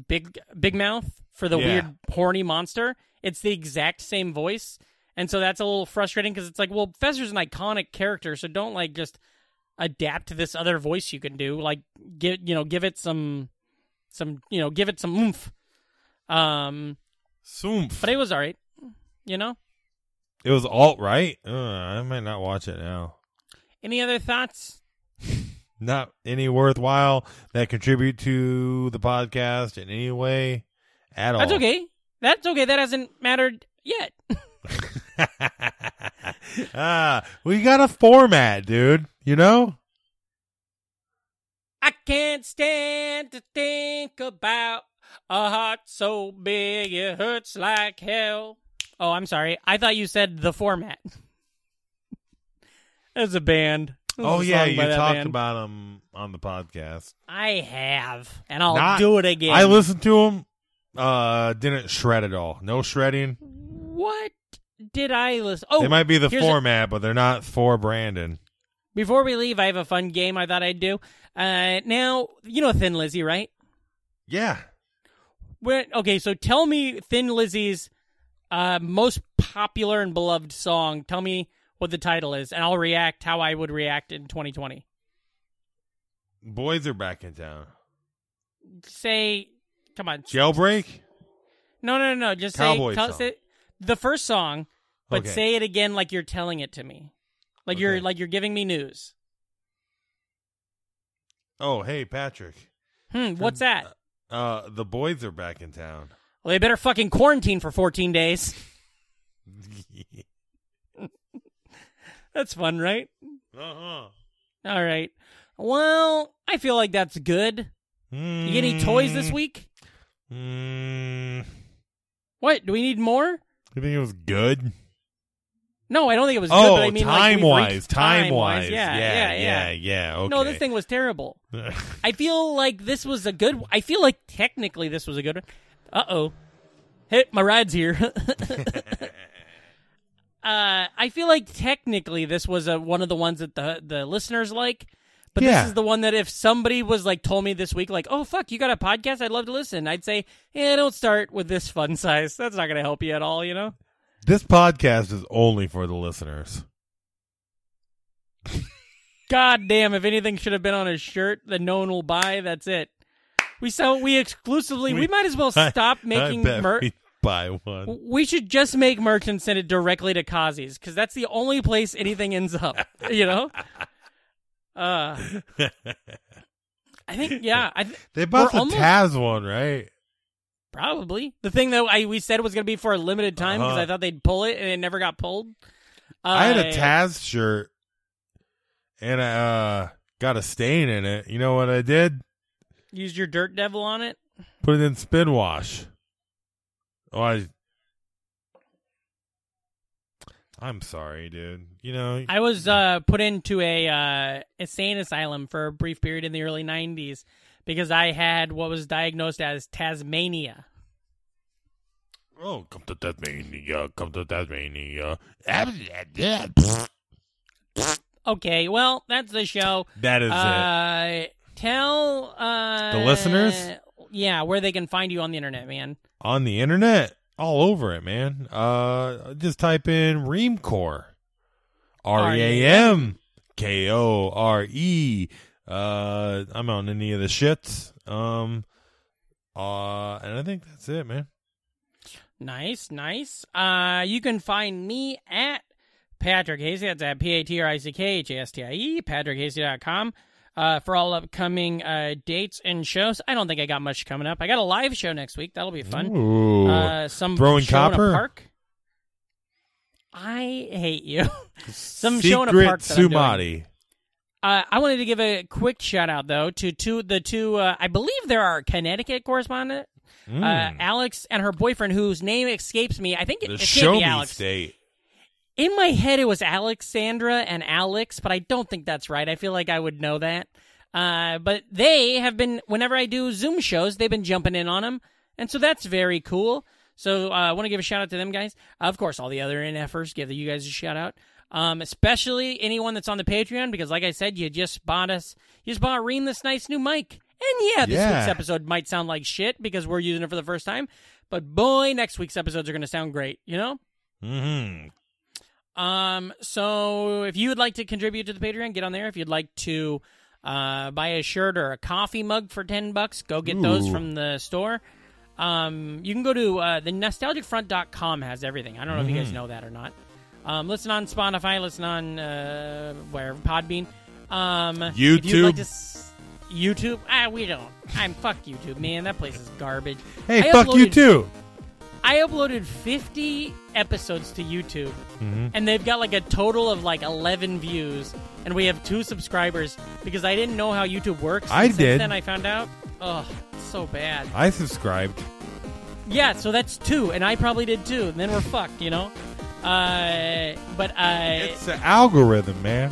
Speaker 3: Big Big Mouth for the
Speaker 2: Yeah.
Speaker 3: weird horny monster. It's the exact same voice, and so that's a little frustrating because it's like, well, Fester's an iconic character, so don't like just adapt to this other voice you can do. Like, give you know, give it some, some you know, give it some oomph. Um,
Speaker 2: Soomph.
Speaker 3: but it was all right, you know.
Speaker 2: It was alt right. Uh, I might not watch it now.
Speaker 3: Any other thoughts?
Speaker 2: Not any worthwhile that contribute to the podcast in any way at all.
Speaker 3: That's okay. That's okay. That hasn't mattered yet.
Speaker 2: ah, we got a format, dude. You know?
Speaker 3: I can't stand to think about a heart so big it hurts like hell. Oh, I'm sorry. I thought you said the format. As a band. That was
Speaker 2: Oh
Speaker 3: a
Speaker 2: yeah,
Speaker 3: song
Speaker 2: you
Speaker 3: by that
Speaker 2: talked
Speaker 3: band.
Speaker 2: about them on the podcast.
Speaker 3: I have, and I'll
Speaker 2: Not-
Speaker 3: do it again.
Speaker 2: I listened to them. Uh, didn't shred at all. No shredding.
Speaker 3: What did I listen? Oh,
Speaker 2: they might be the
Speaker 3: here's a-
Speaker 2: format, but they're not for Brandon.
Speaker 3: before we leave, I have a fun game I thought I'd do. Uh, now you know Thin Lizzy, right?
Speaker 2: Yeah.
Speaker 3: Where, okay, so tell me Thin Lizzy's uh, most popular and beloved song. Tell me what the title is, and I'll react how I would react in 2020.
Speaker 2: Boys are back in town.
Speaker 3: Say, come on.
Speaker 2: Jailbreak?
Speaker 3: No, no, no. Just
Speaker 2: Cowboy
Speaker 3: say, tell,
Speaker 2: song.
Speaker 3: say the first song, but
Speaker 2: Okay.
Speaker 3: say it again like you're telling it to me, like you're
Speaker 2: Okay.
Speaker 3: like you're giving me news.
Speaker 2: Oh, hey, Patrick.
Speaker 3: Hmm, what's that?
Speaker 2: Uh, the boys are back in town.
Speaker 3: Well, they better fucking quarantine for 14 days. That's fun, right?
Speaker 2: uh-huh.
Speaker 3: All right. Well, I feel like that's good.
Speaker 2: Hmm.
Speaker 3: You get any toys this week?
Speaker 2: Mm, Hmm.
Speaker 3: What? Do we need more?
Speaker 2: you think it was good?
Speaker 3: No, I don't think it was good.
Speaker 2: oh,
Speaker 3: but I mean,
Speaker 2: time
Speaker 3: like,
Speaker 2: wise, time wise,
Speaker 3: yeah,
Speaker 2: yeah, yeah, Okay.
Speaker 3: No, this thing was terrible. I feel like this was a good. I feel like technically this was a good one. Uh oh, hey, my ride's here. uh, I feel like technically this was a, one of the ones that the the listeners like. But
Speaker 2: Yeah.
Speaker 3: this is the one that if somebody was like told me this week, like, oh fuck, you got a podcast? I'd love to listen. I'd say, yeah, don't start with this fun size. That's not going to help you at all, you know.
Speaker 2: this podcast is only for the listeners.
Speaker 3: God damn, if anything should have been on his shirt that no one will buy, that's it. We sell we exclusively we,
Speaker 2: We-
Speaker 3: might as well
Speaker 2: I-
Speaker 3: stop
Speaker 2: I
Speaker 3: making
Speaker 2: bet
Speaker 3: merch.
Speaker 2: we buy one.
Speaker 3: We should just make merch and send it directly to Kazi's because that's the only place anything ends up, you know? Uh, I think, yeah, I th-
Speaker 2: They bought
Speaker 3: We're
Speaker 2: the
Speaker 3: almost-
Speaker 2: Taz one, right?
Speaker 3: probably. The thing that I we said was going to be for a limited time because
Speaker 2: Uh-huh.
Speaker 3: I thought they'd pull it and it never got pulled. Uh,
Speaker 2: I had a Taz shirt and I uh, got a stain in it. You know what I did?
Speaker 3: Used your dirt devil on it.
Speaker 2: Put it in spin wash. Oh, I. I'm sorry, dude. You know,
Speaker 3: I was uh, put into a uh, insane asylum for a brief period in the early '90s because I had what was diagnosed as Tasmania.
Speaker 2: oh, come to Tasmania, come to Tasmania.
Speaker 3: Okay, well, that's the show.
Speaker 2: That is it.
Speaker 3: Uh, tell uh,
Speaker 2: The listeners?
Speaker 3: yeah, where they can find you on the internet, man.
Speaker 2: On the internet, all over it, man. Uh, just type in Reamcore. R E A M K O R E. Uh, I'm on any of the shits. Um, uh, and I think that's it, man.
Speaker 3: Nice, nice. Uh, you can find me at Patrick Hasty. That's at P A T R I C K H A S T I E, patrickhasty.com. Uh, for all upcoming uh, dates and shows, I don't think I got much coming up. I got a live show next week. That'll be fun.
Speaker 2: Ooh.
Speaker 3: Uh, some
Speaker 2: Throwing
Speaker 3: show in
Speaker 2: copper?
Speaker 3: a park. I hate you. some
Speaker 2: Secret
Speaker 3: show in a park. That I'm doing.
Speaker 2: Sumati.
Speaker 3: Uh, I wanted to give a quick shout out though to two the two. Uh, I believe there are Connecticut correspondent uh,
Speaker 2: Mm.
Speaker 3: Alex and her boyfriend, whose name escapes me. I think it,
Speaker 2: the
Speaker 3: it
Speaker 2: show
Speaker 3: can't
Speaker 2: me
Speaker 3: be Alex.
Speaker 2: state.
Speaker 3: In my head, it was Alexandra and Alex, but I don't think that's right. I feel like I would know that. Uh, but they have been, whenever I do Zoom shows, they've been jumping in on them. And so that's very cool. So uh, I want to give a shout out to them guys. Of course, all the other NFers, give you guys a shout out. Um, especially anyone that's on the Patreon, because like I said, you just bought us, you just bought Reem this nice new mic. And yeah, this
Speaker 2: Yeah.
Speaker 3: week's episode might sound like shit because we're using it for the first time. But boy, next week's episodes are going to sound great, you know?
Speaker 2: Mm-hmm.
Speaker 3: Um, so if you would like to contribute to the Patreon, get on there. If you'd like to uh, buy a shirt or a coffee mug for 10 bucks, go get those
Speaker 2: Ooh.
Speaker 3: from the store. Um, you can go to uh, the nostalgicfront.com has everything. I don't know if
Speaker 2: Mm-hmm.
Speaker 3: you guys know that or not. Um, listen on Spotify, listen on uh, where Podbean. Um, If you'd
Speaker 2: YouTube.
Speaker 3: like to s- YouTube? Ah, we don't. I'm fuck YouTube, man. That place is garbage.
Speaker 2: Hey,
Speaker 3: I
Speaker 2: fuck you
Speaker 3: uploaded-
Speaker 2: too.
Speaker 3: I uploaded 50 episodes to YouTube,
Speaker 2: Mm-hmm.
Speaker 3: and they've got like a total of like 11 views, and we have two subscribers because I didn't know how YouTube works.
Speaker 2: I
Speaker 3: and since
Speaker 2: did.
Speaker 3: Then I found out. Ugh, so bad.
Speaker 2: I subscribed.
Speaker 3: Yeah, so that's two, and I probably did too. And then we're fucked, you know. Uh, but I.
Speaker 2: It's an algorithm, man.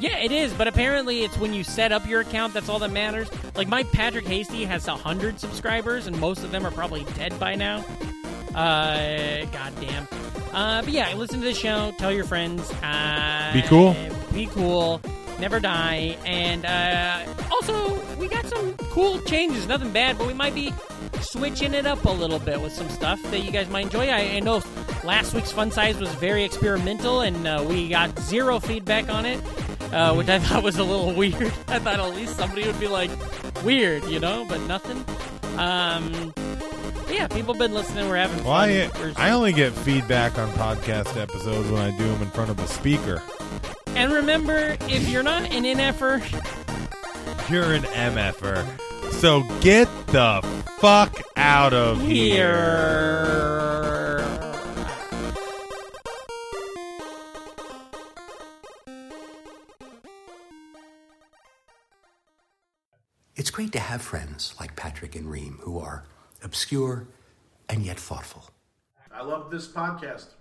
Speaker 3: Yeah, it is, but apparently it's when you set up your account that's all that matters. Like my Patrick Hasty has a hundred subscribers, and most of them are probably dead by now. Uh, goddamn. Uh, but yeah, listen to the show. Tell your friends. Uh,
Speaker 2: Be cool.
Speaker 3: Be cool. Never die. And uh, also, we got some cool changes. Nothing bad, but we might be switching it up a little bit with some stuff that you guys might enjoy. I, I know last week's fun size was very experimental, and uh, we got zero feedback on it, uh, which I thought was a little weird. I thought at least somebody would be like, weird, you know, but nothing. Um, but yeah, people have been listening. We're having
Speaker 2: Well,
Speaker 3: fun.
Speaker 2: I,
Speaker 3: We're-
Speaker 2: I only get feedback on podcast episodes when I do them in front of a speaker.
Speaker 3: and remember, if you're not an NFer,
Speaker 2: You're an MFer. So get the fuck out of here.
Speaker 3: here.
Speaker 4: It's great to have friends like Patrick and Reem who are obscure and yet thoughtful.
Speaker 5: I love this podcast.